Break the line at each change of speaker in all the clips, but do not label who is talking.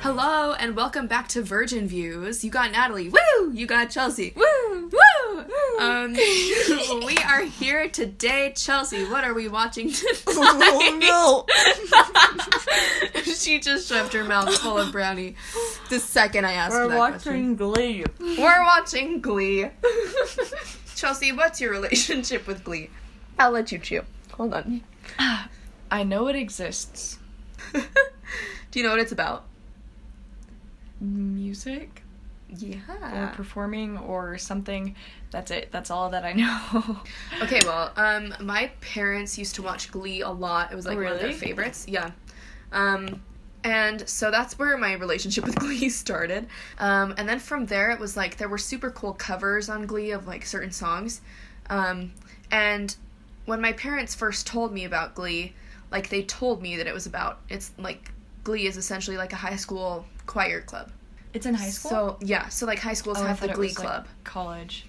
Hello and welcome back to Virgin Views. You got Natalie. Woo! You got Chelsea. Woo! Woo! Um, we are here today, Chelsea. What are we watching tonight?
Oh
she just shoved her mouth full of brownie the second I asked
no!
her
We're
that
watching
question.
Glee.
We're watching Glee. Chelsea, what's your relationship with Glee? I'll let you chew. Hold on.
I know it exists.
Do you know what it's about?
Music or
Yeah.
performing or something. That's it. That's all that I know.
Okay, well, um, my parents used to watch Glee a lot. It was like one of their
Really?
favorites. Yeah. Um, and so that's where my relationship with Glee started. Um, and then from there, it was like there were super cool covers on Glee of like certain songs. Um, and when my parents first told me about Glee, like they told me that it was about it's like Glee is essentially like a high school choir club.
It's in high school.
So yeah, so like high schools
oh, I
have the
thought it
Glee
was, like,
club
college.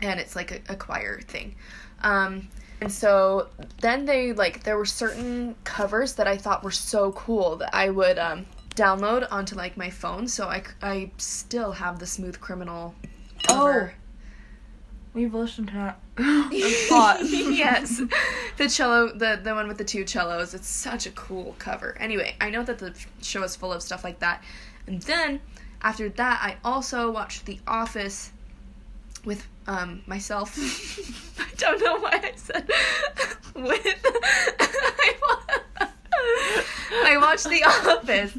and it's like a, a choir thing. Um, and so then they like there were certain covers that I thought were so cool that I would um, download onto like my phone. So I c- I still have the Smooth Criminal cover.
We've listened to that a lot.
yes, the cello, the the one with the two cellos. It's such a cool cover. Anyway, I know that the show is full of stuff like that. And then after that, I also watched The Office with um myself. I don't know why I said with. I wa- I watched The Office,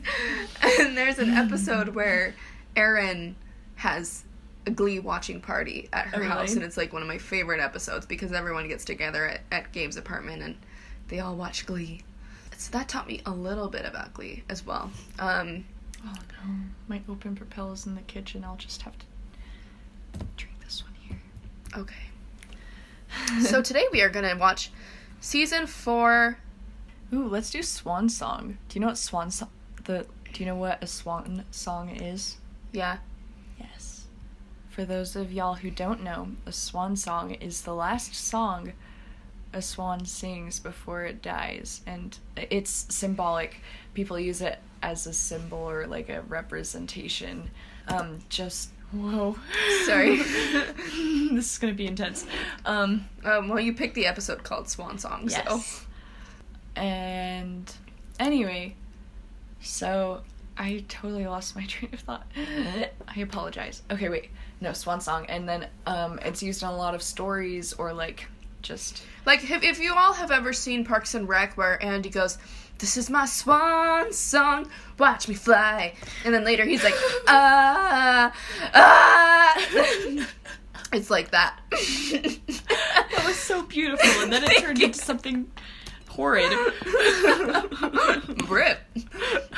and there's an episode where Erin has a Glee watching party at her
Oh, really?
house, and it's like one of my favorite episodes because everyone gets together at, at Gabe's apartment and they all watch Glee. So that taught me a little bit about Glee as well. Um,
Oh no! My open propel is in the kitchen. I'll just have to drink this one here.
okay. so today we are gonna watch season four.
Ooh, let's do swan song. Do you know what swan song? The do you know what a swan song is?
Yeah.
Yes. For those of y'all who don't know, a swan song is the last song a swan sings before it dies, and it's symbolic. People use it as a symbol or like a representation. Um, just whoa.
Sorry.
this is gonna be intense. Um,
um, well, you picked the episode called Swan Song, so
And anyway, so I totally lost my train of thought. I apologize. Okay, wait. No, swan song. And then um it's used in a lot of stories or like just
Like, if, if you all have ever seen Parks and Rec, where Andy goes, This is my swan song, watch me fly. And then later he's like, Ah, ah. it's like that.
That was so beautiful and then it turned into something horrid.
Rip.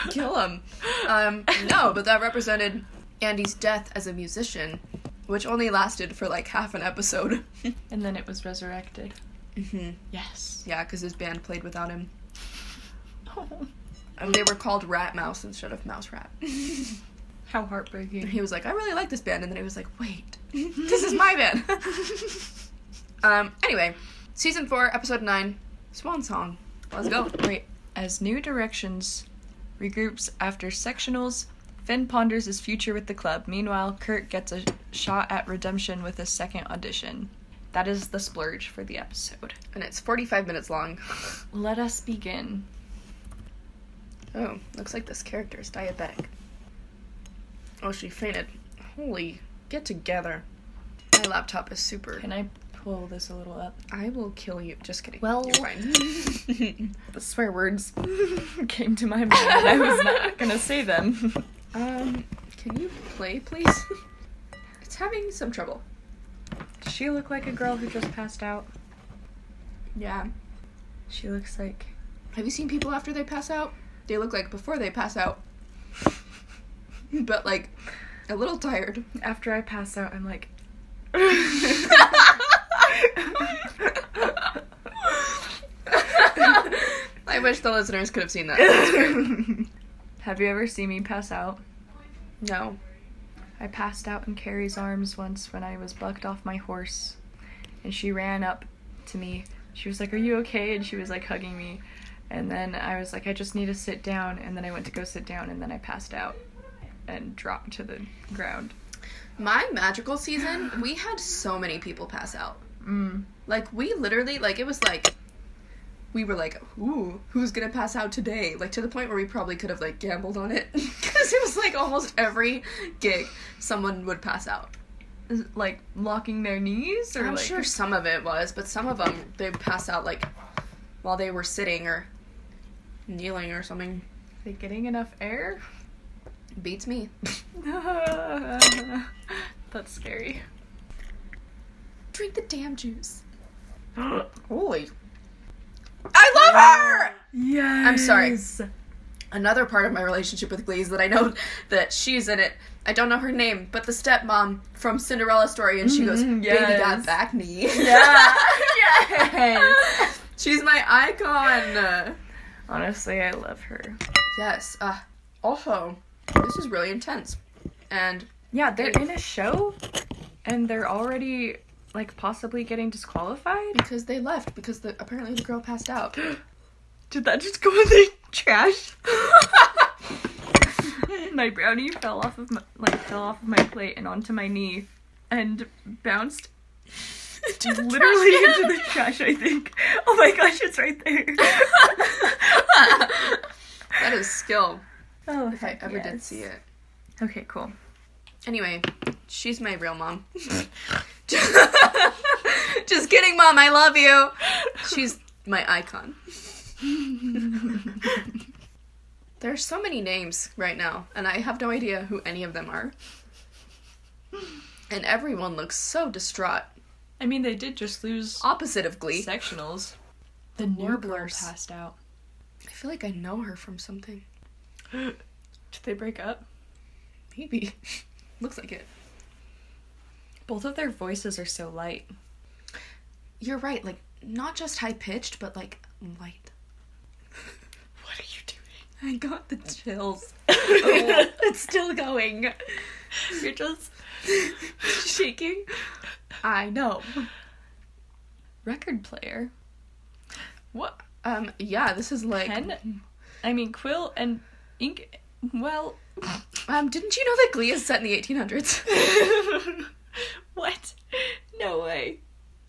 Kill him. Um, no, but that represented Andy's death as a musician, which only lasted for like half an episode.
and then it was resurrected.
hmm
Yes.
Yeah, because his band played without him.
Oh,
And they were called Rat Mouse instead of Mouse Rat.
how heartbreaking.
he was like, I really like this band. And then he was like, wait, this is my band. um, anyway, season four, episode nine, Swan Song. Let's go.
Wait, as New Directions regroups after sectionals, Finn ponders his future with the club. Meanwhile, Kurt gets a shot at redemption with a second audition. That is the splurge for the episode.
And it's 45 minutes long.
Let us begin.
Oh, looks like this character is diabetic. Oh, she fainted. Holy, get together. My laptop is super.
Can I pull this a little up?
I will kill you. Just kidding.
Well-
you're fine.
The swear words came to my mind. and I was not gonna say them.
um, can you play, please? it's having some trouble.
Does she look like a girl who just passed out?
Yeah.
She looks like.
Have you seen people after they pass out? They look like before they pass out, but like a little tired.
After I pass out, I'm like.
I wish the listeners could have seen that.
Have you ever seen me pass out?
No.
I passed out in Carrie's arms once when I was bucked off my horse, and she ran up to me. She was like, "Are you okay?" And she was like hugging me, and then I was like, "I just need to sit down." And then I went to go sit down, and then I passed out. and dropped to the ground.
My magical season, we had so many people pass out.
Mm.
Like we literally like it was like we were like, "Ooh, who's gonna pass out today?" Like to the point where we probably could have like gambled on it because it was like almost every gig someone would pass out.
Is it, Like locking their knees or
I'm
like
sure some of it was, but some of them they pass out like while they were sitting or kneeling or something.
they getting enough air?
Beats me.
That's scary.
Drink the damn juice. Ah!
yeah.
Holy. I love her.
Yes.
I'm sorry. Another part of my relationship with Glee is that I know that she's in it. I don't know her name, but the stepmom from Cinderella story, and she goes,
Mhm,
"Baby got
yes.
back knee."
Yeah. Yes.
She's my icon.
Honestly, I love her.
Yes. Uh, also, this is really intense, and
Yeah, they're in a show and they're already like possibly getting disqualified.
because they left because the apparently the girl passed out.
Did that just go in the trash? my brownie fell off of my, like fell off of my plate and onto my knee and bounced literally into the trash, I think. Oh my gosh, it's right there.
That is skill.
oh,
If I ever did see it.
Okay, cool.
Anyway, she's my real mom. Just kidding, mom. I love you. She's my icon. There are so many names right now, and I have no idea who any of them are. And everyone looks so distraught.
I mean, they did just lose
Opposite of Glee.
sectionals. The new girl
Warblers.
passed out.
I feel like I know her from something.
Did they break up?
Maybe. looks like it.
Both of their voices are so light.
You're right, like, not just high pitched, but like light. What are you doing? I got the chills.
Oh,
it's still going.
You're just
Shaking? I know.
record player. What
Um, yeah, this is like.
pen? I mean, quill and ink. Well,
Um, didn't you know that Glee is set in the 1800s?
what? No way.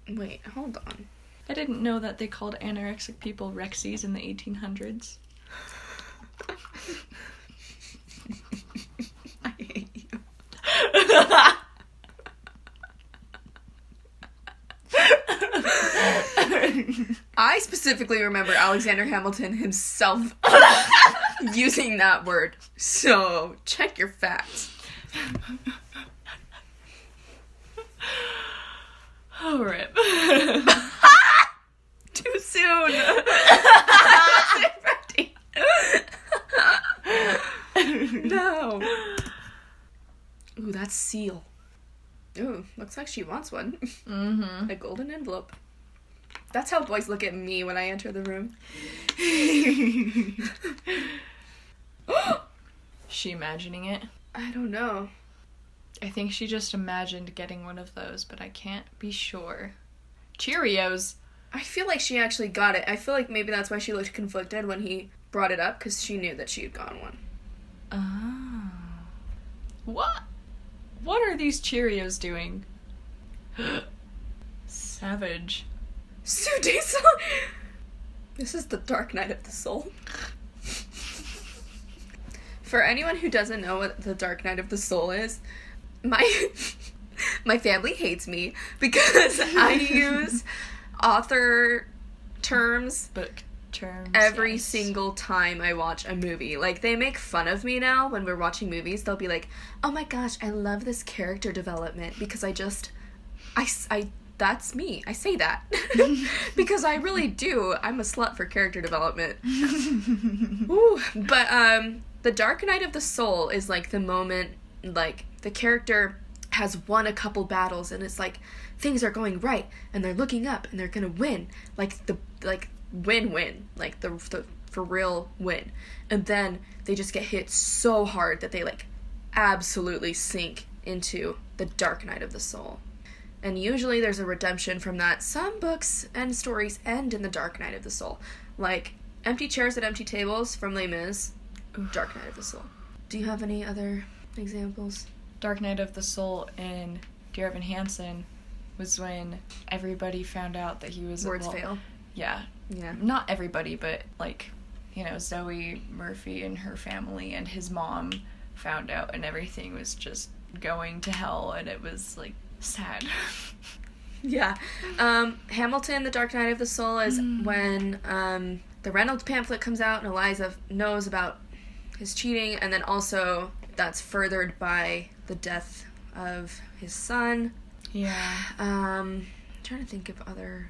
Wait, hold on.
I didn't know that they called anorexic people Rexies in the 1800s.
I hate you. I specifically remember Alexander Hamilton himself using that word. So check your facts.
oh, rip.
Too soon. no. Ooh, that's seal. Ooh, looks like she wants one.
mm-hmm.
A golden envelope. That's how boys look at me when I enter the room.
She imagining it?
I don't know.
I think she just imagined getting one of those, but I can't be sure. Cheerios.
I feel like she actually got it. I feel like maybe that's why she looked conflicted when he brought it up because she knew that she had gotten one.
Oh.
Ah.
What? What are these Cheerios doing? Savage.
Sudesa! This is the dark night of the soul. For anyone who doesn't know what the dark night of the soul is, my my family hates me because I use author terms
Book terms.
every
yes.
single time I watch a movie. Like they make fun of me now when we're watching movies. They'll be like, "Oh my gosh, I love this character development because I just I s- I- that's me. I say that because I really do. I'm a slut for character development. Ooh. But um The Dark Night of the Soul is like the moment like the character has won a couple battles and it's like things are going right and they're looking up and they're gonna win like the like win win like the, the for real win and then they just get hit so hard that they like absolutely sink into the dark night of the soul and usually there's a redemption from that. Some books and stories end in the dark night of the soul, like Empty Chairs at Empty Tables from Les Mis, Dark Night of the Soul. Do you have any other Examples.
Dark Knight of the Soul and Dear Evan Hansen was when everybody found out that he was
Words
well,
fail.
Yeah,
Yeah.
not everybody, but like, you know, Zoe Murphy and her family and his mom found out, and everything was just going to hell, and it was like sad.
Yeah. Um, Hamilton, The Dark Knight of the Soul is when um, the Reynolds pamphlet comes out and Eliza knows about his cheating, and then also that's furthered by the death of his son.
yeah.
Um, I'm trying to think of other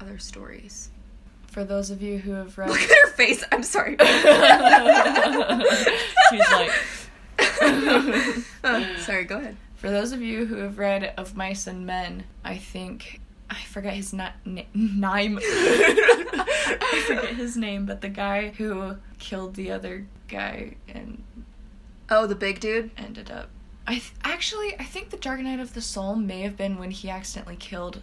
other stories.
For those of you who have read,
Look at her face. I'm sorry.
She's like-
Oh, sorry, go ahead.
for those of you who have read Of Mice and Men, I think I forget his na- na- name. I forget his name, but the guy who killed the other guy and
Oh, the big dude?
ended up. I th- actually I think the Dark Knight of the Soul may have been when he accidentally killed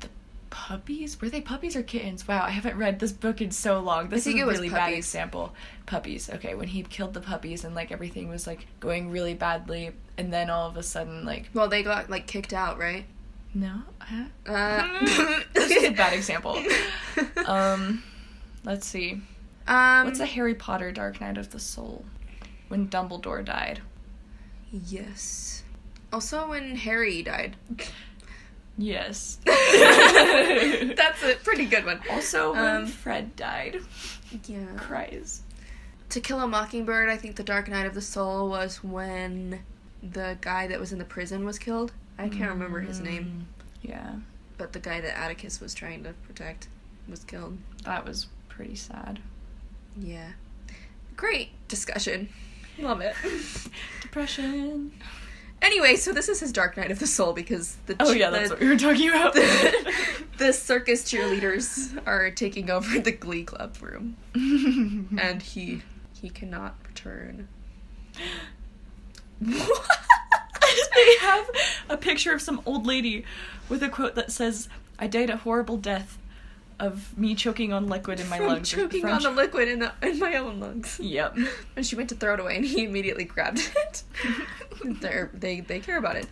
the puppies. Were they puppies or kittens? Wow, I haven't read this book in so long. This
think
is a
it was
really bad
puppies.
example. Puppies. Okay, when he killed the puppies and like everything was like going really badly, and then all of a sudden like
Well, they got like kicked out, right?
no, huh?
Uh,
this is a bad example. Um, let's see.
Um,
What's a Harry Potter Dark Knight of the Soul? When Dumbledore died.
Yes. Also, when Harry died.
Yes.
That's a pretty good one.
Also, when
Um,
Fred died.
Yeah.
Cries.
To Kill a Mockingbird, I think The Dark Night of the Soul was when the guy that was in the prison was killed. I can't remember his name,
Mm. Yeah,
but the guy that Atticus was trying to protect was killed.
that was pretty sad.
Yeah. Great discussion. Love it.
Depression.
anyway, so this is his Dark Night of the Soul because the
Oh
ch-
yeah, that's
the-
what we were talking about.
the circus cheerleaders are taking over the glee club room
Mm.
and he he cannot return
they have a picture of some old lady with a quote that says, "I died a horrible death of me choking on liquid in my
from
lungs." or
choking
from
on the
ch-
liquid in, the, in my own lungs
Yep.
and she went to throw it away and he immediately grabbed it They're, they they care about it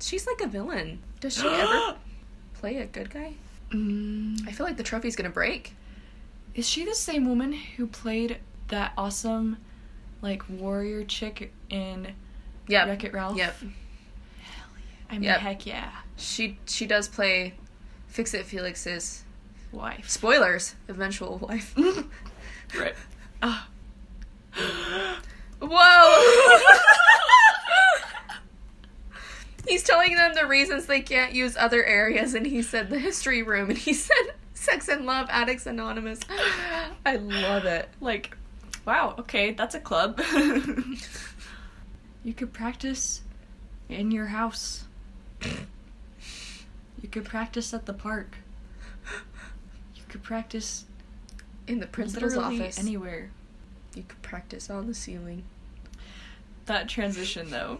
she's like a villain does she ever play a good guy
Mm.
i feel like the trophy's gonna break
Is she the same woman who played that awesome, like warrior chick in
yep
Wreck It Ralph?
yep
I mean,
Yep.
heck yeah,
she she does play fix it felix's
wife.
spoilers eventual wife
Right. Ah.
Whoa! he's telling them the reasons they can't use other areas, and he said the history room, and he said sex and love, Addicts Anonymous. I love it.
like, wow, okay, that's a club. you could practice in your house. You could practice at the park. You could practice
In the principal's
literally
office,
anywhere.
you could practice on the ceiling.
That transition though.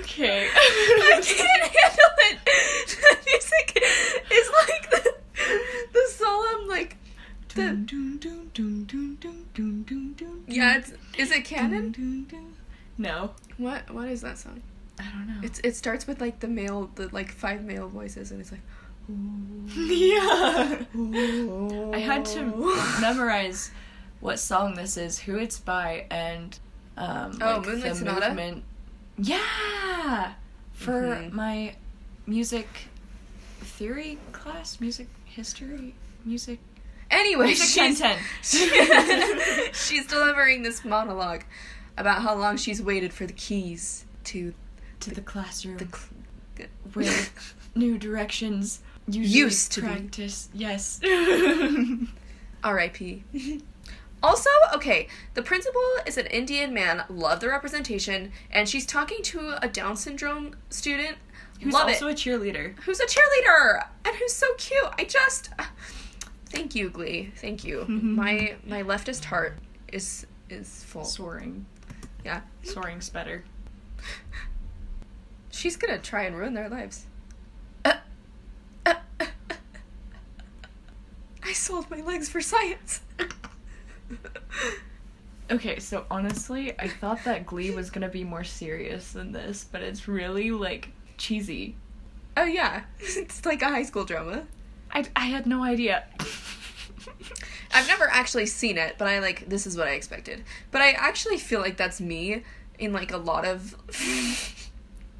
Okay.
I can't handle it. The music is like the, the solemn, like the yeah. It's, is it canon?
No.
What what is that song?
I don't know.
It's it starts with like the male the like five male voices and it's like
yeah. I had to
Oh.
memorize what song this is, who it's by, and um,
Oh,
like
Moonlight
the
Sonata?
movement. Yeah, for
Mhm.
my music theory class, music history, music.
Anyway,
Music
she's
10.
she- she's delivering this monologue about how long she's waited for the keys to
to the classroom
the cl-
where new directions usually
Used to be.
practice. Yes.
R.I.P. Also, okay, the principal is an Indian man. Love the representation, and she's talking to a Down syndrome student.
Who's
Love it.
also a cheerleader.
who's a cheerleader and who's so cute. I just thank you, Glee. Thank you.
Mm-hmm.
my my leftist heart is is full.
Soaring.
Yeah,
Soaring's better.
she's gonna try and ruin their lives. I sold my legs for science.
Okay, so honestly, I thought that Glee was gonna be more serious than this, but it's really like cheesy.
oh yeah, it's like a high school drama.
I, I had no idea.
I've never actually seen it, but I like this is what I expected. But I actually feel like that's me in like a lot of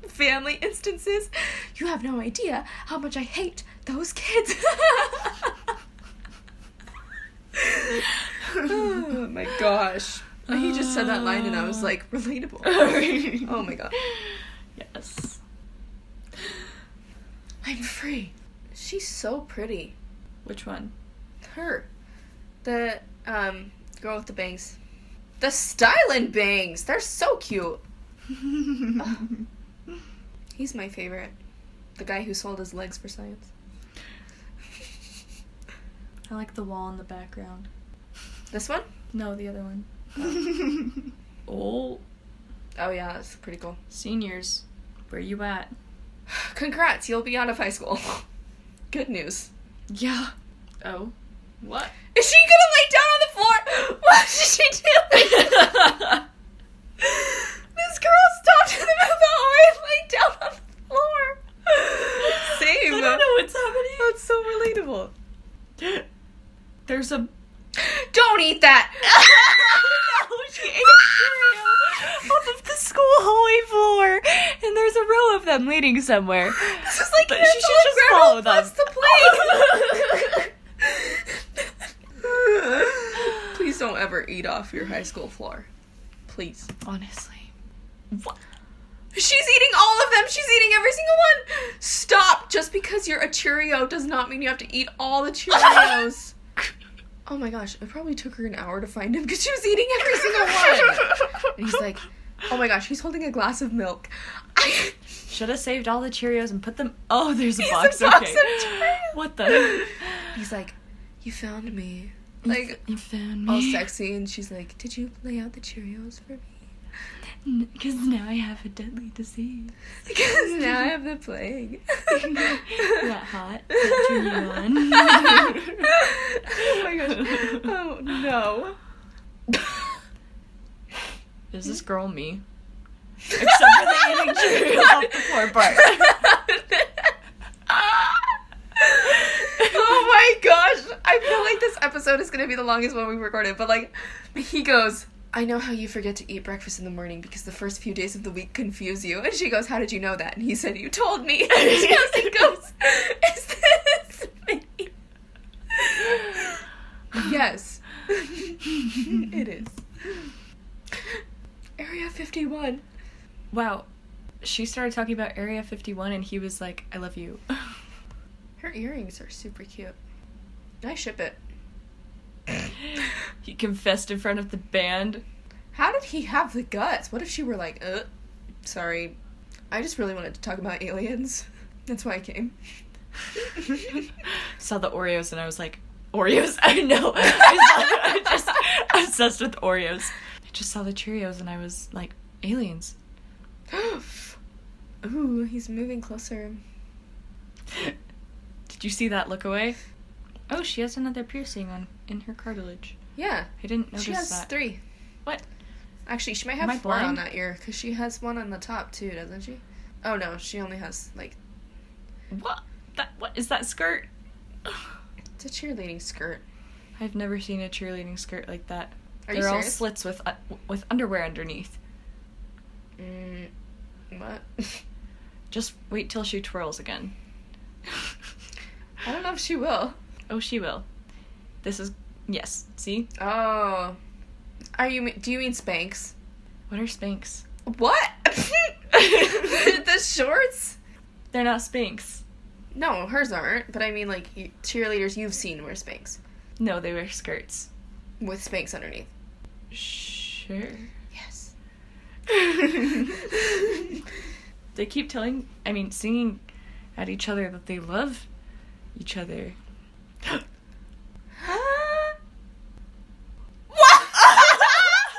family instances. You have no idea how much I hate those kids. oh my gosh. He just said that line and I was like, relatable. oh my god.
Yes.
I'm free. She's so pretty.
Which one?
Her. The um girl with the bangs. The stylin' bangs. They're so cute. He's my favorite. The guy who sold his legs for science.
I like the wall in the background.
This one?
No, the other one.
oh,
Oh yeah, that's pretty cool.
seniors, where you at?
Congrats, you'll be out of high school. Good news.
Yeah. Oh. What?
Is she gonna lay down on the floor? What did she do? this girl stopped in the middle of the hallway and laid down on the floor. Same.
I don't know what's happening.
That's so relatable.
There's a.
Don't eat that.
no, Oh, she ate a cereal off of the school hallway floor, and there's a row of them leading somewhere.
This is like
But
but
she should just follow them.
the plane. Please don't ever eat off your high school floor. Please.
Honestly. What?
She's eating all of them. She's eating every single one. Stop. Just because you're a Cheerio does not mean you have to eat all the Cheerios. oh my gosh. It probably took her an hour to find him because she was eating every single one. And he's like, oh my gosh, he's holding a glass of milk. I,
Should have saved all the Cheerios and put them. Oh, there's a
He's a
box.
box
okay.
of Cheerios.
What the?
he's like, you found me. Like,
you found
all
me.
sexy. And she's like, did you lay out the Cheerios for me?
Because now I have a deadly disease.
Because now I have the plague.
Not hot. Not turn you on.
oh my gosh. Oh no.
Is this girl me? Except for the eating Cheerios off the floor part.
oh my gosh. I feel like this episode is going to be the longest one we've recorded, but like, he goes, I know how you forget to eat breakfast in the morning because the first few days of the week confuse you. And she goes, How did you know that? And he said, You told me. And Chelsea goes, Is this me? yes. it is. Area 51.
Wow. She started talking about Area 51 and he was like, I love you.
Her earrings are super cute. I ship it.
he confessed in front of the band.
How did he have the guts? What if she were like, uh, sorry, I just really wanted to talk about aliens. That's why I came.
Saw the Oreos and I was like, Oreos? I know. I saw, I'm just obsessed with Oreos. I just saw the Cheerios and I was like, aliens.
Ooh, he's moving closer.
Did you see that look away? Oh, she has another piercing on in her cartilage.
Yeah,
I didn't notice
she has
that.
three.
What?
Actually, she might
Am
have
I
four on
blind?
that ear because she has one on the top too, doesn't she? Oh no, she only has like
What? That what is that skirt?
it's a cheerleading skirt.
I've never seen a cheerleading skirt like that.
Are
They're
you
all
serious?
slits with uh, with underwear underneath.
mm, what?
Just wait till she twirls again.
I don't know if she will.
Oh, she will. This is yes. See,
Oh, are you? Do you mean Spanx?
what are Spanx?
What? the shorts?
They're not Spanx.
No, hers aren't. But I mean, like you, cheerleaders you've seen wear Spanx
No, they wear skirts.
with Spanx underneath.
Sure.
Yes.
They keep telling, I mean, singing at each other that they love each other.
what? I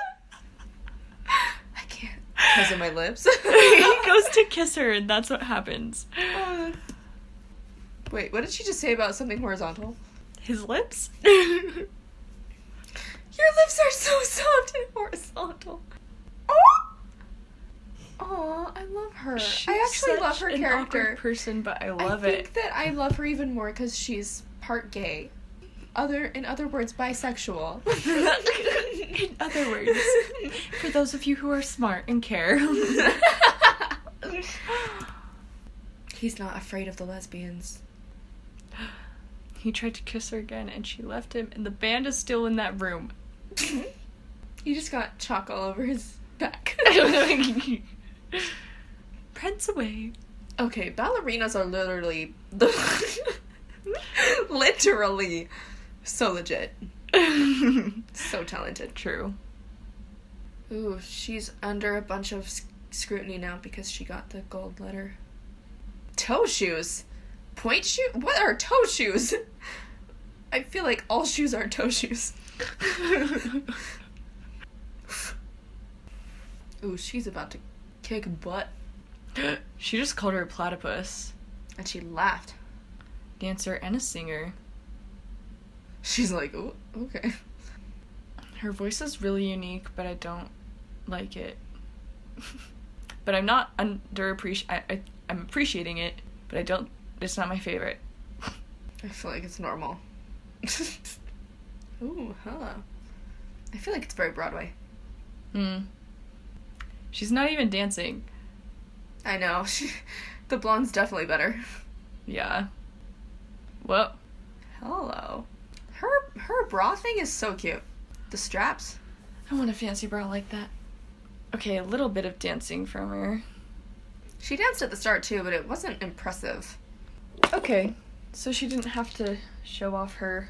can't. Because of my lips.
he goes to kiss her, and that's what happens.
Uh, Wait, what did she just say about something horizontal?
His lips?
Your lips are so soft and horizontal. Oh, I love her.
She's
I actually
such
love her
an
character.
awkward person, but I love
I
it.
think that I love her even more because she's part gay. Other in other words, bisexual.
In other words, for those of you who are smart and care.
He's not afraid of the lesbians.
he tried to kiss her again and she left him, and the band is still in that room.
He just got chalk all over his back.
Prince away.
okay, ballerinas are literally literally so legit. So talented.
True.
Ooh, she's under a bunch of sc- scrutiny now because she got the gold letter. Toe shoes? Point shoe? What are toe shoes? I feel like all shoes are toe shoes. Ooh, she's about to kick butt.
she just called her a platypus.
And she laughed.
Dancer and a singer.
She's like, ooh, okay.
Her voice is really unique, but I don't like it. but I'm not underappreci. I, I I'm appreciating it, but I don't. It's not my favorite.
I feel like it's normal. ooh, huh. I feel like it's very Broadway.
Hmm. She's not even dancing.
I know. the blonde's definitely better.
Yeah. Well,
Hello. Her her bra thing is so cute. The straps.
I want a fancy bra like that. Okay, a little bit of dancing from her.
She danced at the start too, but it wasn't impressive.
Okay, so she didn't have to show off her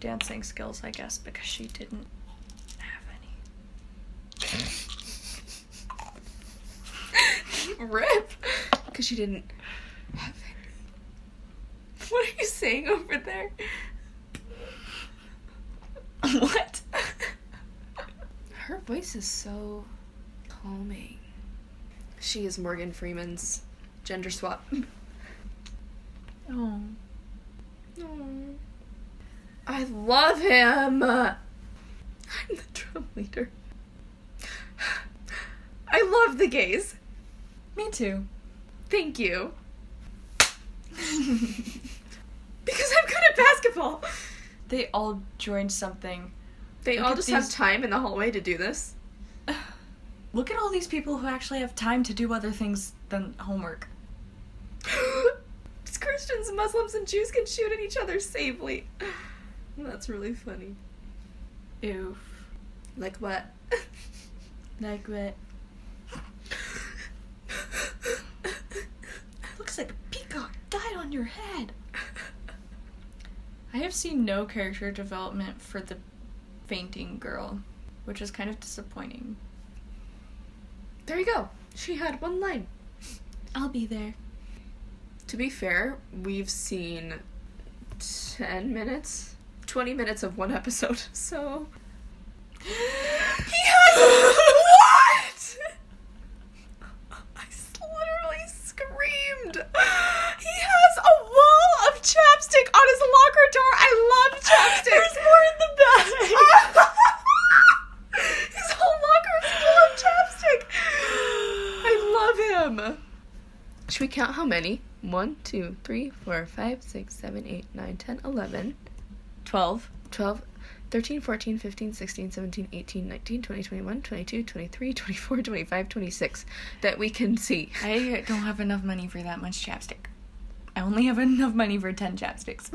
dancing skills, I guess, because she didn't have any.
Rip. Cause she didn't have it. What are you saying over there?
what?
Her voice is so calming. She is Morgan Freeman's gender swap.
Oh.
I love him. I'm the drum leader. I love the gays.
Me too.
Thank you. because I'm good at basketball.
They all joined something.
They
Look
all
at
just have
these-
time in the hallway to do this.
Look at all these people who actually have time to do other things than homework.
Just Christians, Muslims, and Jews can shoot at each other safely. That's really funny.
Oof.
Like what?
Like what? Looks like a peacock died on your head. I have seen no character development for the fainting girl, which is kind of disappointing.
there you go. She had one line.
I'll be there.
To be fair, we've seen 10 minutes, 20 minutes of one episode, so. He has. what? I s- literally screamed. He has a wall of chapstick on his locker door. I love chapstick. There's more in the bag. his whole locker is full of chapstick. I love him. Should we count how many? 1, 2, 3, 4, 5, 6, 7, 8, 9, 10, 11,
12.
12, 13, 14, 15, 16, 17, 18, 19, 20, 21, 22, 23, 24, 25, 26 that we can see.
I don't have enough money for that much chapstick. I only have enough money for 10 chapsticks.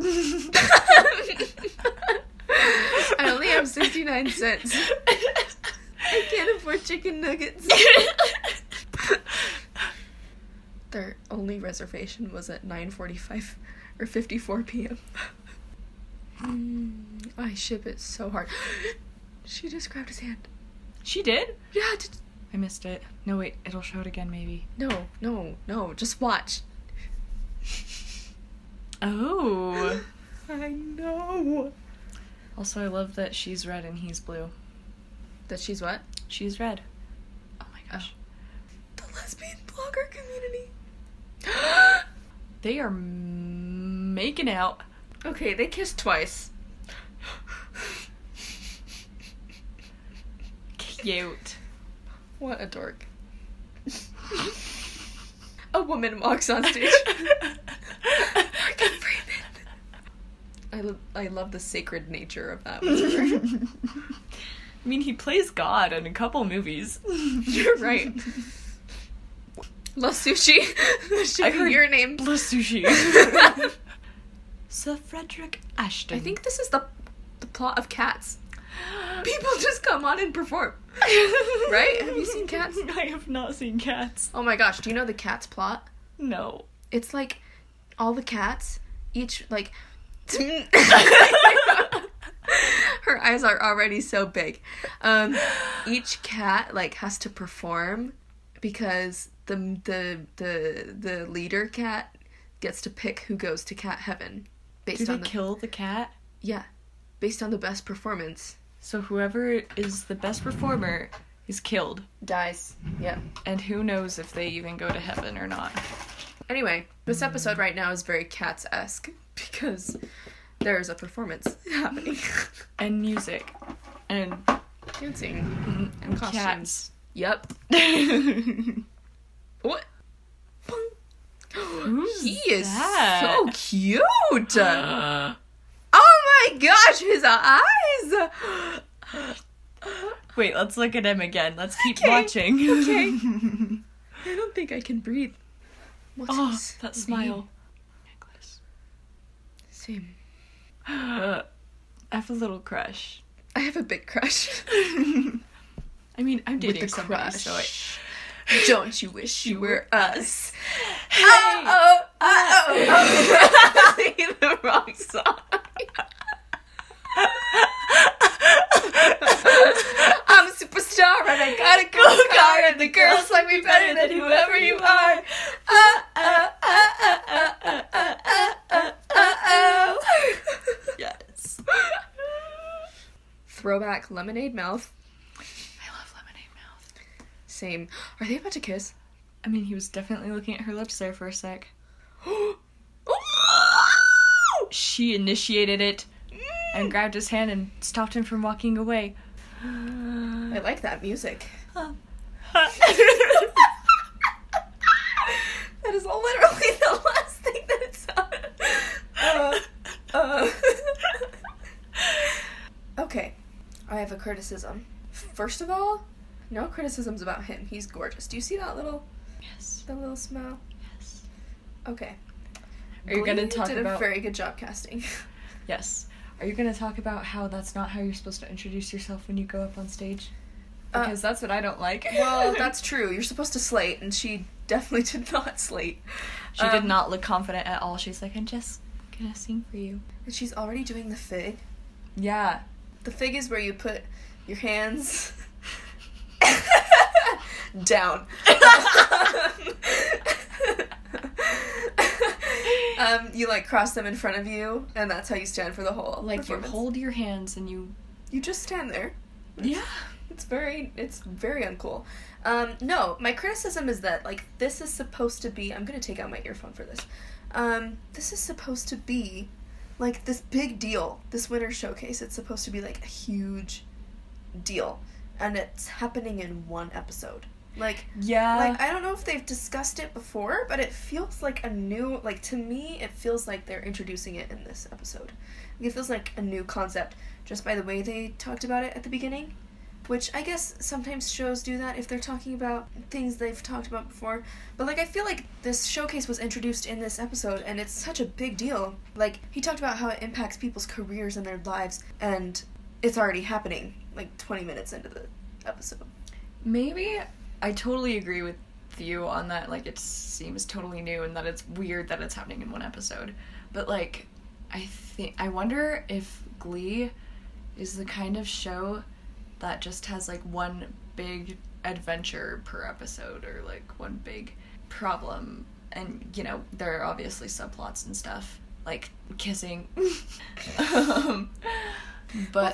I only have 69 cents. I can't afford chicken nuggets. Their only reservation was at 9:45 or 54 p.m. Mm, I ship it so hard. she just grabbed his hand.
she did?
Yeah, just,
I missed it. No, wait, it'll show it again maybe.
no, no, no. Just watch.
Oh.
I know
Also, I love that she's red and he's blue.
that she's what
She's red. Oh my gosh.
the lesbian blogger community.
They are m- making out.
okay, they kissed twice.
cute.
What a dork. a woman walks on stage. Morgan Freeman. I, lo- I love the sacred nature of that. whisper.
I mean, he plays God in a couple movies.
You're right. love sushi. that should
I
be
heard
your name.
La Sushi. Sir Frederick Ashton.
I think this is the the plot of Cats. People just come on and perform.
right?
Have you seen Cats?
I have not seen cats.
Oh my gosh, do you know the Cats plot?
No.
It's like all the cats, each like her eyes are already so big. Um, each cat like has to perform because the the the the leader cat gets to pick who goes to cat heaven
Do
based
they
on the
kill the cat?
yeah based on the best performance
So whoever is the best performer is killed.
dies yeah
And who knows if they even go to heaven or not.
anyway this episode right now is very cats-esque because there is a performance happening
And music. And,
dancing
and
Costumes.
cats.
yep
Who's
What? He is
that?
so cute. oh my gosh, his eyes.
Wait, let's look at him again. Let's keep
Okay,
watching.
okay. I don't think I can breathe. What's
oh,
his
that
name?
smile. Necklace.
Same.
I have a little crush.
I have a big crush.
I mean, I'm
With
dating
a
somebody,
crush.
so I...
don't you wish you were us?
Hey!
Oh, oh, oh, oh. Singing the wrong song. I'm a superstar and I got a cool car and the girls like me better than whoever you are. Oh, oh, oh, oh, oh, oh, oh, oh, oh, oh, oh.
yes.
Throwback lemonade mouth.
I love lemonade mouth.
Same. Are they about to kiss?
I mean, he was definitely looking at her lips there for a sec. She initiated it and grabbed his hand and stopped him from walking away.
I like that music. that is literally the last thing that it's on. Uh, uh. okay, I have a criticism. First of all, no criticisms about him. He's gorgeous. Do you see that little
yes.
that little smile?
Yes.
Okay.
Are you gonna
Glee
talk
did a
about?
very good job casting.
yes. Are you gonna talk about how that's not how you're supposed to introduce yourself when you go up on stage?
Uh,
Because that's what I don't like.
well, that's true. You're supposed to slate, and she definitely did not slate.
She did
Um,
not look confident at all. She's like, I'm just gonna sing for you.
And she's already doing the fig.
Yeah.
The fig is where you put your hands down. um, you like cross them in front of you, and that's how you stand for the whole.
Like you
performance.
hold your hands and you.
You just stand there.
Yeah.
It's very, it's very uncool. Um, no, my criticism is that like this is supposed to be. I'm gonna take out my earphone for this. Um, this is supposed to be like this big deal. This winter showcase. It's supposed to be like a huge deal, and it's happening in one episode. Like,
Yeah.
like I don't know if they've discussed it before, but it feels like a new. Like to me, it feels like they're introducing it in this episode. It feels like a new concept just by the way they talked about it at the beginning which I guess sometimes shows do that if they're talking about things they've talked about before. But like I feel like this showcase was introduced in this episode and it's such a big deal. Like he talked about how it impacts people's careers and their lives and it's already happening like 20 minutes into the episode.
Maybe I totally agree with you on that. Like, it seems totally new and that it's weird that it's happening in one episode. But, like, I think. I wonder if Glee is the kind of show that just has, like, one big adventure per episode or, like, one big problem. And, you know, there are obviously subplots and stuff, like kissing. um, but,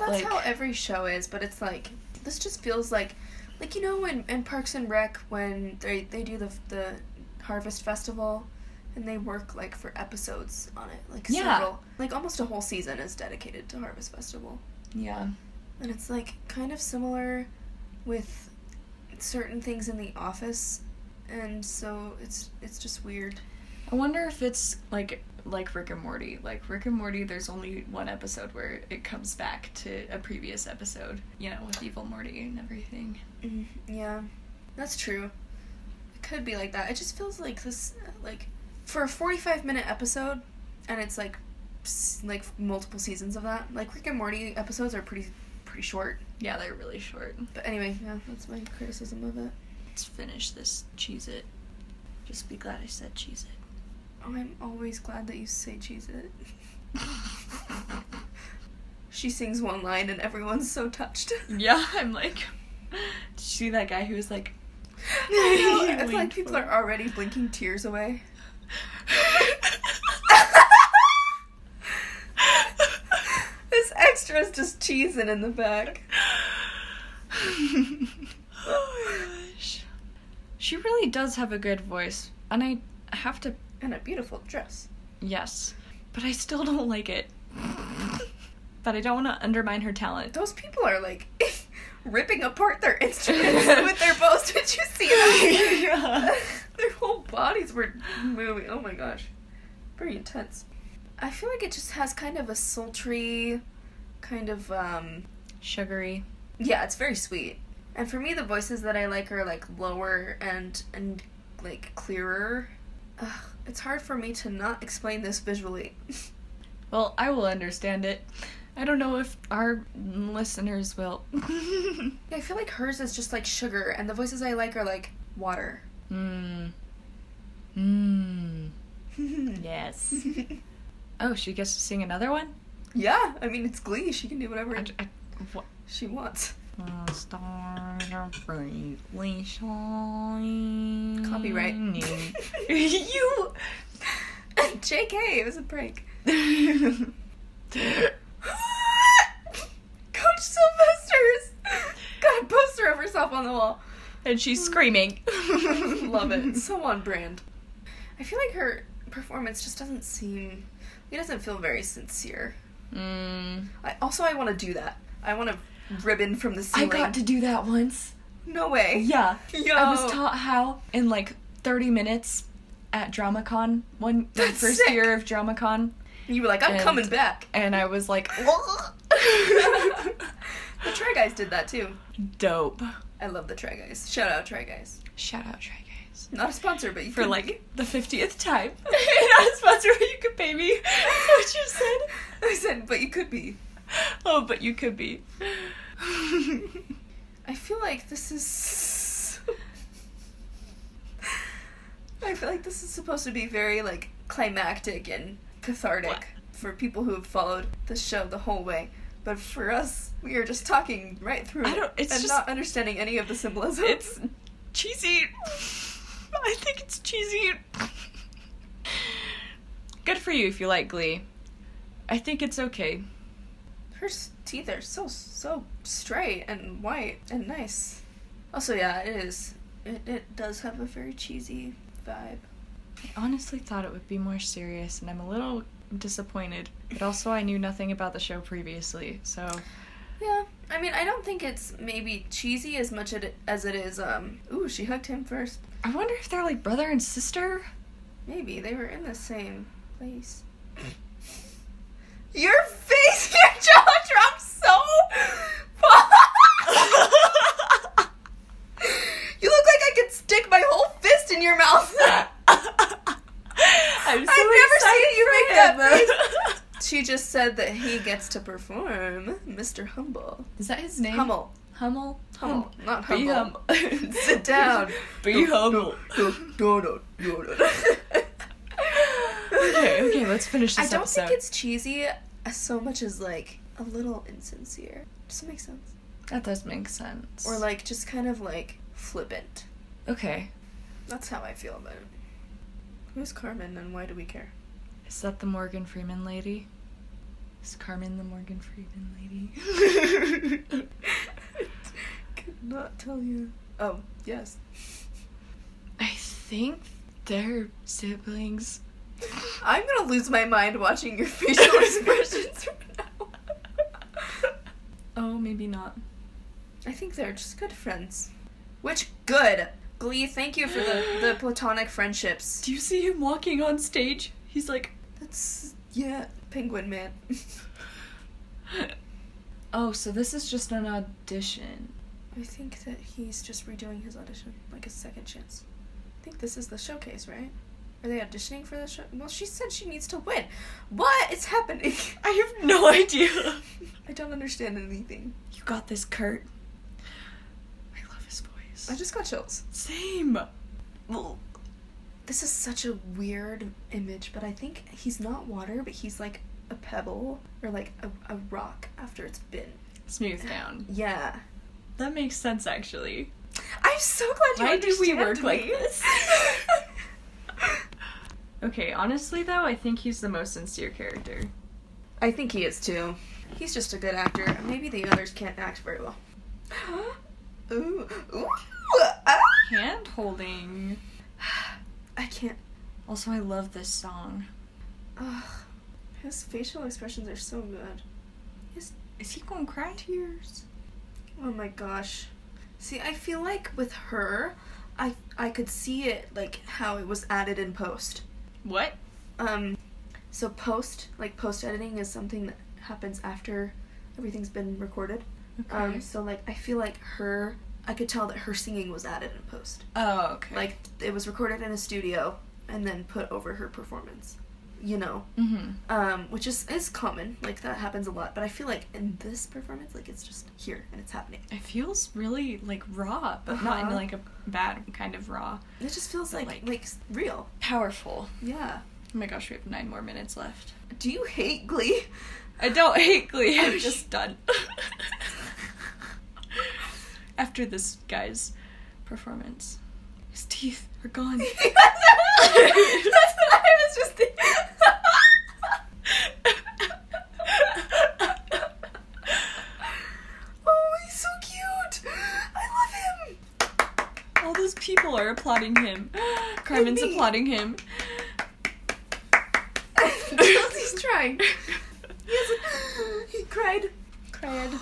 well, that's
like.
how every show is, but it's like this just feels like like you know in, in Parks and Rec when they they do the the harvest festival and they work like for episodes on it. Like
Yeah.
several like almost a whole season is dedicated to harvest festival.
yeah.
And it's like kind of similar with certain things in the office, and so it's it's just weird.
I wonder if it's like like Rick and Morty. Like Rick and Morty, there's only one episode where it comes back to a previous episode, you know, with evil Morty and everything.
Mm, yeah, that's true. It could be like that. It just feels like this like for a 45 minute episode, and it's like s- like multiple seasons of that. Like Rick and Morty episodes are pretty pretty short.
Yeah, they're really short.
But anyway, yeah, that's my criticism of it.
Let's finish this cheese it. Just be glad I said cheese it.
I'm always glad that you say cheese it. She sings one line and everyone's so touched.
yeah, I'm like Did you see that guy who was like
I know,
He
it's like
winked
people
for-
are already blinking tears away. This extra's just cheesing in the back.
oh my gosh. She really does have a good voice, and I have to
And a beautiful dress.
yes, but I still don't like it. but I don't want to undermine her talent.
Those people are like ripping apart their instruments with their bows. Did you see that?
Yeah.
their whole bodies were moving. Oh my gosh. Very intense. I feel like it just has kind of a sultry, kind of, um,
Sugary.
yeah, it's very sweet. And for me, the voices that I like are like lower and, and like clearer. Ugh, it's hard for me to not explain this visually.
Well, I will understand it. I don't know if our listeners will.
I feel like hers is just like sugar, and the voices I like are like water.
Mmm. Mmm. Yes. Oh, she gets to sing another one?
yeah, I mean it's Glee. She can do whatever
I, I, what?
she wants.
The stars are brightly shining.
Copyright.
Mm, you.
Jk, it was a prank. Coach Sylvester's got a poster of herself on the wall.
and she's screaming.
Love it. So on brand. I feel like her performance just doesn't seem. It doesn't feel very sincere.
Mm.
I, also, I want to do that. I want a ribbon from the
I
ceiling.
got to do that once.
no way.
Yeah.
Yo.
I was taught how in like 30 minutes at DramaCon, one my
That's
first
sick.
year of DramaCon,
You were like, I'm
And-
coming back.
and I was like,
the Try Guys did that too.
dope.
I love the Try Guys. Shout out Try Guys.
Shout out Try Guys.
Not a sponsor, but you
For
can
like
be.
the 50th time. Not a sponsor, but you could pay me. Is that what you said?
I said, but you could be.
Oh, but you could be.
I feel like this is. I feel like this is supposed to be very like climactic and cathartic
What?
for people who have followed the show the whole way. But for us, we are just talking right through
I
it
don't- it's
and
just-
not understanding any of the symbolism.
it's cheesy. I think it's cheesy. Good for you if you like Glee. I think it's okay.
Her s- teeth are so so straight and white and nice. Also, yeah, it is. It it does have a very cheesy vibe.
I honestly thought it would be more serious, and I'm a little disappointed. But also, I knew nothing about the show previously, so
Yeah, I mean, I don't think it's maybe cheesy as much it, as it is. Um, ooh, she hugged him first.
I wonder if they're like brother and sister.
Maybe they were in the same place. Your face, your jaw drops so. far. you look like I could stick my whole fist in your mouth.
I'm
I've never seen you make that
that.
She just said that he gets to perform, Mr. Humble.
Is that his name?
Hummel.
Hummel.
Hummel. Not
Be
humble.
humble. um,
Sit down.
Be humble.
No, no, no, no, no.
Okay, okay, let's finish
I
this
don't
episode.
think it's cheesy as so much as like a little insincere. Does it make sense?
That does make sense.
Or like just kind of like flippant.
okay,
That's how I feel about it. Who's Carmen and why do we care?
is that the Morgan Freeman lady? Is Carmen the Morgan Freeman lady?
Could not tell you. Oh, yes.
I think they're siblings.
I'm gonna lose my mind watching your facial expressions right now.
Oh, maybe not.
I think they're just good friends. Which good. Glee, thank you for the, the platonic friendships.
Do you see him walking on stage? He's like,
That's yeah, Penguin Man.
oh, so this is just an audition.
I think that he's just redoing his audition, like a second chance. I think this is the showcase, right? Are they auditioning for the show? Well, she said she needs to win. What is happening?
I have no idea.
I don't understand anything.
you got this, Kurt. I love his voice.
I just got chills.
Same. Well,
This is such a weird image, but I think he's not water, but he's like a pebble or like a, a rock after it's been.
smooth down.
Yeah.
That makes sense, actually.
I'm so glad you
Why do we
understand
work like
me.
this? Okay, honestly though, I think he's the most sincere character.
I think he is too. He's just a good actor. Maybe the others can't act very well. Ooh, ooh, ah.
Hand holding.
I can't.
Also, I love this song.
Ugh. His facial expressions are so good.
Is he gonna cry tears?
Oh my gosh. See, I feel like with her, I I could see it like how it was added in post.
What?
Um, so post like post editing is something that happens after everything's been recorded. Um, so like I feel like her, I could tell that her singing was added in post.
oh, okay.
Like it was recorded in a studio and then put over her performance. You know,
mm-hmm.
um, which is is common. Like that happens a lot. But I feel like in this performance, like it's just here and it's happening.
It feels really like raw, but not in
Uh-huh.
like a bad kind of raw.
It just feels
But,
like,
like-
like s- real.
Powerful.
Yeah.
Oh my gosh, we have nine more minutes left.
Do you hate Glee?
I don't hate Glee.
Oh,
I'm
sh-
just done. After this guy's performance, his teeth are gone.
That's what I was just thinking. oh, he's so cute. I love him.
All those people are applauding him. Carmen's
me.
applauding him.
he's trying. He, has- he cried. Cried.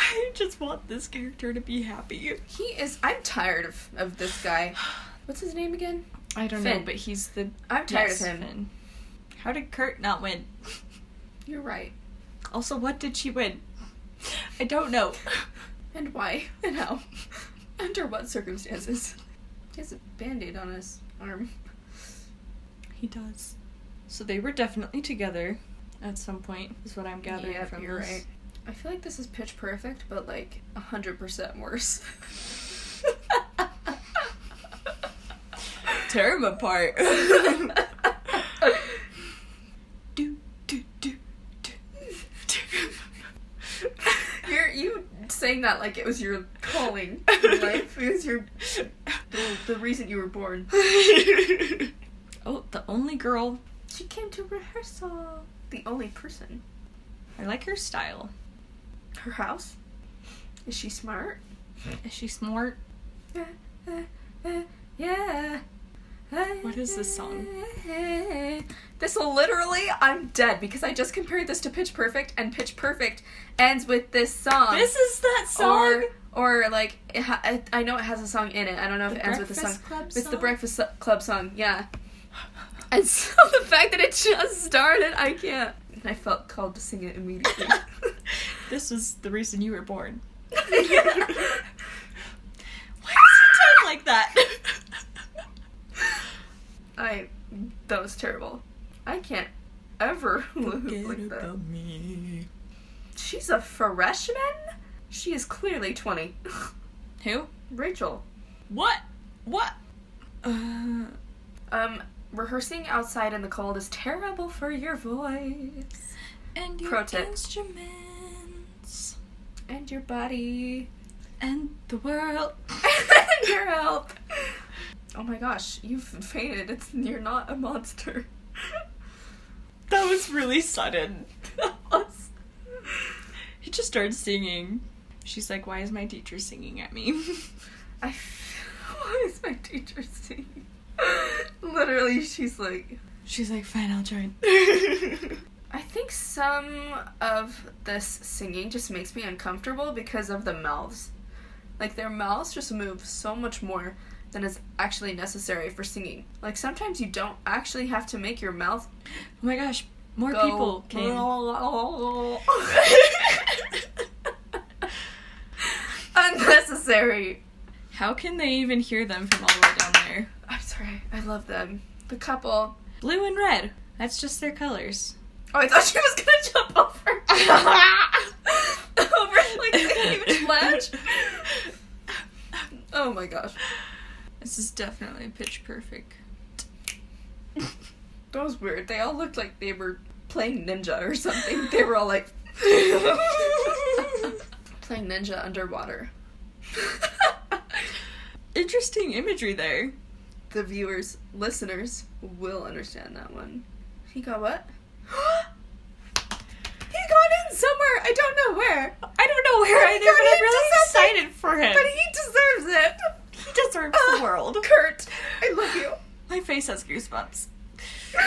I just want this character to be happy.
He is. I'm tired of, of this guy. What's his name again?
I don't know,
Finn.
but he's the
I'm tired
yes,
of him.
Finn. How did Kurt not win?
You're right.
Also, what did she win? I don't know.
And why? And how? Under what circumstances? He has a band aid on his arm.
He does. So they were definitely together at some point, is what I'm gathering
Yep,
from
you're
this.
right. I feel like this is pitch perfect, but like a hundred percent worse.
Tear 'em apart. do, do, do, do, do.
You're you saying that like it was your calling in life. It was your the, the reason you were born.
oh, the only girl.
She came to rehearsal. The only person.
I like her style.
Her house? Is she smart?
Is she smart?
Yeah.
What is this song?
This literally, I'm dead because I just compared this to Pitch Perfect, and Pitch Perfect ends with this song.
This is that song.
or, or like it ha- I- I know it has a song in it. I don't know if it ends with the song.
Club
It's the Breakfast Su- Club song, yeah. And so the fact that it just started, I can't. And I felt called to sing it immediately.
This is the reason you were born.
I
Why is he tied like that?
that was terrible. I can't ever look like that.
me.
She's a freshman. She is clearly twenty.
Who?
Rachel.
What? What? Uh,
Um, rehearsing outside in the cold is terrible for your voice
and your
Pro tip.
instruments
and your body
and the world.
and your health. Oh my gosh, you've fainted. It's you're not a monster.
That was really sudden.
Us.
He just started singing. She's like, "Why is my teacher singing at me?"
I. Why is my teacher singing? Literally, she's like.
She's like, "Fine, I'll join."
I think some of this singing just makes me uncomfortable because of the mouths. Like their mouths just move so much more than is actually necessary for singing. Like sometimes you don't actually have to make your mouth
Oh my gosh, more
go
people can.
unnecessary.
How can they even hear them from all the way down there?
I'm sorry. I love them. The couple.
Blue and red. That's just their colors.
Oh, I thought she was gonna jump over. over like a huge ledge. Oh my gosh.
This is definitely pitch perfect.
That was weird. They all looked like they were playing ninja or something. They were all like playing ninja underwater.
Interesting imagery there.
the viewers, listeners, will understand that one. He got what? he got in somewhere. I don't know where.
I don't know where
He
either,
got
but I'm
in
really
to something,
excited for him.
But he deserves it.
He deserves
Ah,
the world.
Kurt, I love you.
My face has goosebumps.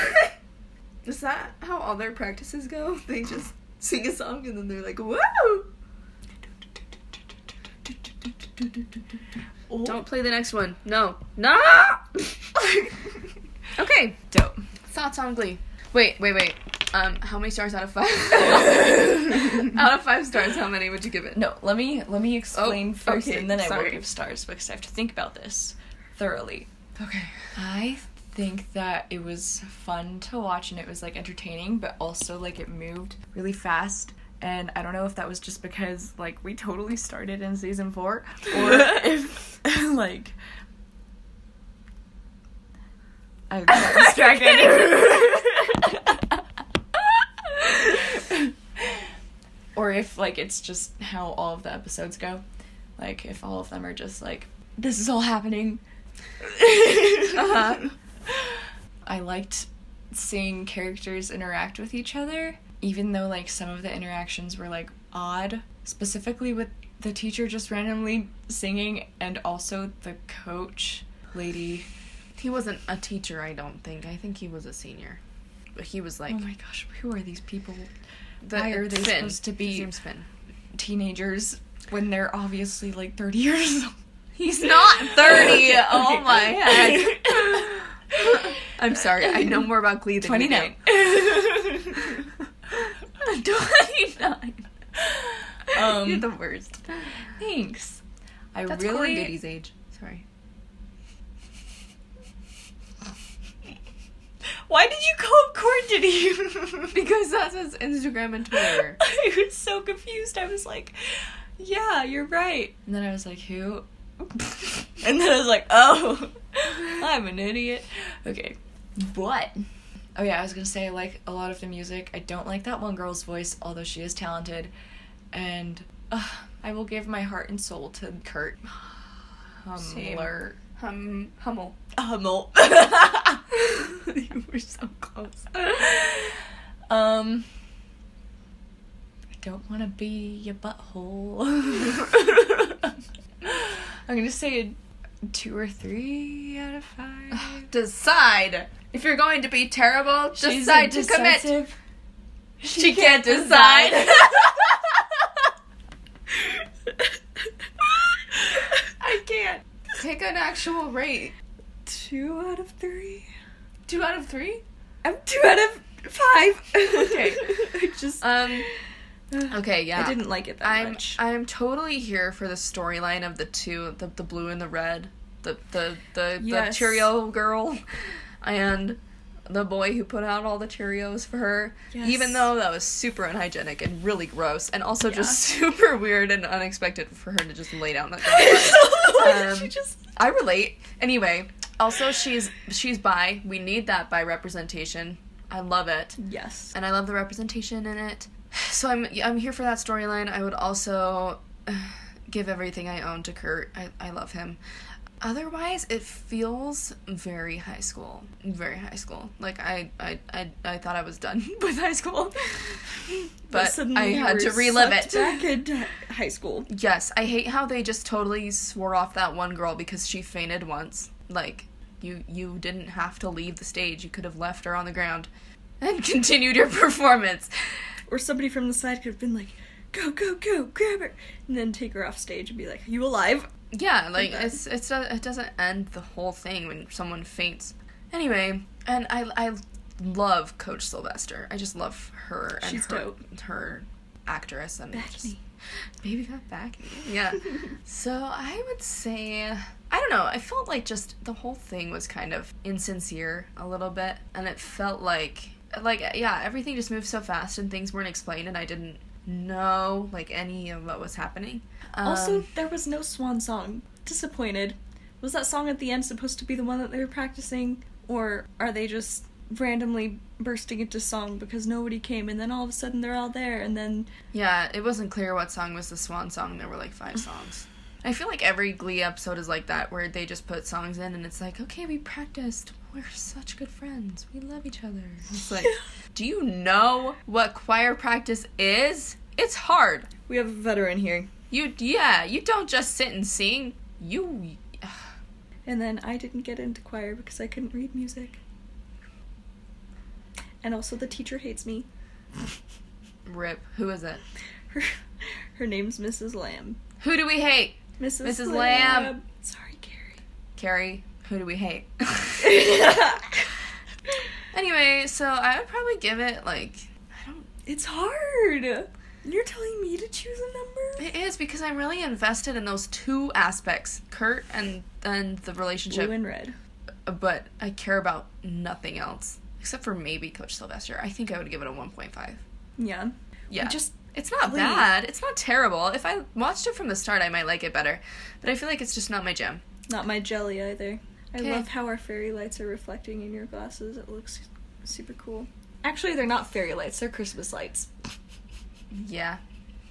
Is that how all their practices go? They just sing a song and then they're like, woo!
Oh.
Don't play the next one. No. No! okay.
Dope.
Thoughts on Glee? Wait, wait, wait. Um, how many stars out of five? out of five stars, how many would you give it?
No, let me let me explain first,
Oh, okay,
and then I
sorry.
will give stars because I have to think about this thoroughly.
Okay.
I think that it was fun to watch and it was like entertaining, but also like it moved really fast. And I don't know if that was just because like we totally started in season four, or if like I got distracted, or if like it's just how all of the episodes go, like if all of them are just like this is all happening.
Uh-huh.
I liked seeing characters interact with each other, even though like some of the interactions were like odd, specifically with the teacher just randomly singing and also the coach lady.
He wasn't a teacher, I don't think. I think he was a senior. But he was like,
oh my gosh, who are these people?
the,
why are they
Finn.
supposed to be-
His name's Finn.
Teenagers when they're obviously like 30 years old.
He's not 30.
Okay,
Oh
okay.
my heck. I'm sorry. I know more about Glee than
29.
you do.
29. Um,
You're the worst.
Thanks. I
That's really? Corn
really
Diddy's age. Sorry.
Why did you call him Corn Diddy?
Because that's his Instagram and Twitter.
I was so confused. I was like, yeah, you're right. And then I was like, who? and then I was like, oh, I'm an idiot. Okay. But. Oh, yeah, I was gonna say, I like a lot of the music. I don't like that one girl's voice, although she is talented. And uh, I will give my heart and soul to Kurt.
Same.
Hummler.
Hum, Hummel.
Hummel. you were so close. Um, I don't want to be a butthole. I'm gonna say a two or three out of five.
Decide. If you're going to be terrible,
She's
decide to commit.
indecisive.
She, can't, decide.
I can't.
Pick an actual rate.
Two out of three.
Two out of three?
I'm two out of five.
Okay.
I just.
Um, okay, yeah.
I didn't like it that
I'm
much.
I'm totally here for the storyline of the two, the, the blue and the red, the the the,
Yes.
the Cheerio girl, and the boy who put out all the Cheerios for her. Even
Yes.
though that was super unhygienic and really gross, and also just super weird and unexpected for her to just lay down that. Ground. Um,
she just.
I relate. Anyway, also she's she's bi. We need that bi representation. I love it
Yes.
and I love the representation in it. So I'm I'm here for that storyline. I would also uh, give everything I own to Kurt. I, I love him. Otherwise, it feels very high school, very high school. Like I I I, I thought I was done with high school, but, I had to relive it.
Back into high school.
Yes, I hate how they just totally swore off that one girl because she fainted once. Like you you didn't have to leave the stage. You could have left her on the ground. and continued your performance.
Or somebody from the side could have been like, go, go, go, grab her, and then take her off stage and be like, are you alive?
Yeah, like
Okay.
it's it's not- it doesn't end the whole thing when someone faints. Anyway, and I I love Coach Sylvester. I just love her and
She's
her,
dope.
her actress and
Back
just-
me.
Maybe not back. Yeah. so I would say I don't know. I felt like just the whole thing was kind of insincere a little bit, and it felt like like yeah, everything just moved so fast and things weren't explained, and I didn't know like any of what was happening. Um,
also, there was no swan song. Disappointed. Was that song at the end supposed to be the one that they were practicing? Or are they just randomly bursting into song because nobody came and then all of a sudden they're all there and then
Yeah, it wasn't clear what song was the swan song. There were like five songs. I feel like every Glee episode is like that, where they just put songs in and it's like, okay, we practiced. We're such good friends. We love each other. It's like, do you know what choir practice is? It's hard.
we have a veteran here.
You, yeah, you don't just sit and sing. You,
And then I didn't get into choir because I couldn't read music. And also, the teacher hates me.
rip. Who is it?
Her, her name's Mrs. Lamb.
Who do we hate?
Mrs.
Mrs. Lamb.
Sorry, Carrie.
Carrie. Who do we hate? anyway, so I would probably give it like, I don't
it's hard. You're telling me to choose a number?
It is because I'm really invested in those two aspects, Kurt and and the relationship.
Blue and red.
but I care about nothing else except for maybe Coach Sylvester. I think I would give it a 1.5.
Yeah.
Yeah,
Just
it's not
Glee.
bad. It's not terrible. If I watched it from the start, I might like it better. But I feel like it's just not my jam.
not my jelly either. I
Okay.
love how our fairy lights are reflecting in your glasses. It looks super cool. Actually, they're not fairy lights, they're Christmas lights.
Yeah,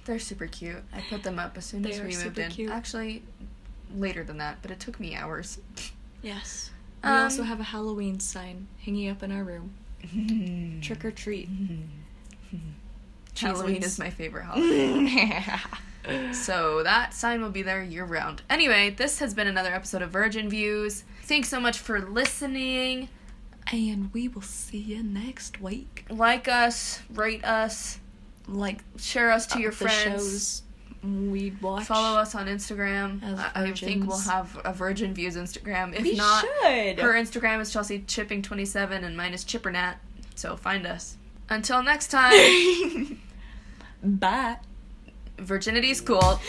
they're super cute. I put them up as soon
They
as
are
we moved
super
in.
cute.
Actually, later than that, but it took me hours. Um,
Yes.
We also
have a Halloween sign hanging up in our room.
Mm.
Trick or treat.
hmm. Halloween is my favorite holiday. So that sign will be there year round. Anyway, this has been another episode of Virgin Views. Thanks so much for listening.
and we will see you next week.
Like us, rate us,
Like
share
Uh,
us to your
the
friends.
shows we watch.
Follow us on Instagram.
As
I- I think we'll
virgins.
have a Virgin Views Instagram. If
We
not,
should.
her Instagram is Chelsea Chipping 27 and mine is Chippernat. So find us. Until next time,
Bye.
virginity is cool.